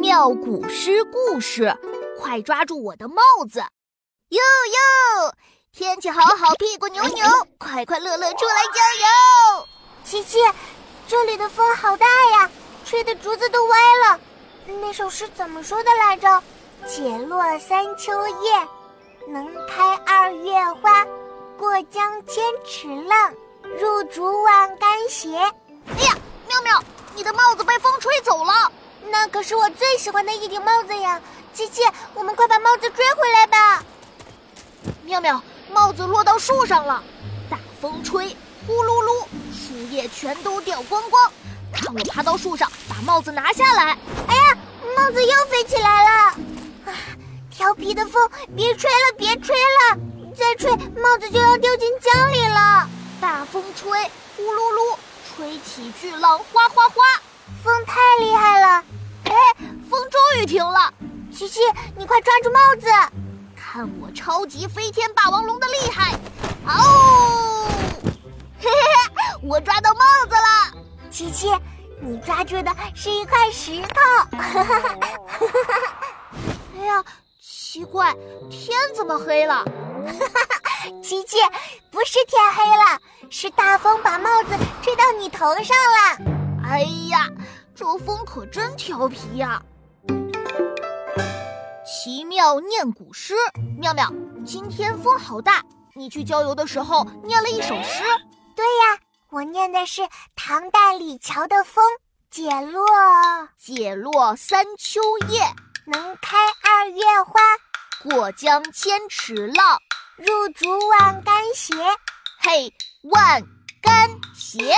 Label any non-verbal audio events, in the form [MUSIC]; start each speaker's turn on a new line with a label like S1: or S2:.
S1: 妙古诗故事，快抓住我的帽子！
S2: 哟哟，天气好好，屁股扭扭，快快乐乐出来郊游。
S3: 琪琪，这里的风好大呀，吹得竹子都歪了。那首诗怎么说的来着？解落三秋叶，能开二月花。过江千尺浪，入竹万竿斜。
S2: 哎呀，妙妙，你的帽子被风吹走了。
S3: 那可是我最喜欢的一顶帽子呀！琪琪，我们快把帽子追回来吧。
S2: 妙妙，帽子落到树上了，大风吹，呼噜噜，树叶全都掉光光。看我爬到树上，把帽子拿下来。
S3: 哎呀，帽子又飞起来了！啊，调皮的风，别吹了，别吹了，再吹帽子就要掉进江里了。
S2: 大风吹，呼噜噜，吹起巨浪，哗哗哗。
S3: 风太厉害了！
S2: 哎，风终于停了。
S3: 琪琪，你快抓住帽子，
S2: 看我超级飞天霸王龙的厉害！
S3: [LAUGHS]
S2: 哦，嘿嘿嘿，我抓到帽子了。
S3: 琪琪，你抓住的是一块石头。 [LAUGHS]
S2: 哎呀，奇怪，天怎么黑了？
S3: 琪琪，不是天黑了，是大风把帽子吹到你头上了。
S2: 哎呀，这风可真调皮呀、啊！奇妙念古诗，妙妙，今天风好大，你去郊游的时候念了一首诗。
S3: 对呀，我念的是唐代李峤的《风》，解落
S2: 解落三秋叶，
S3: 能开二月花。
S2: 过江千尺浪，
S3: 入竹万竿斜。
S2: 嘿，万竿斜。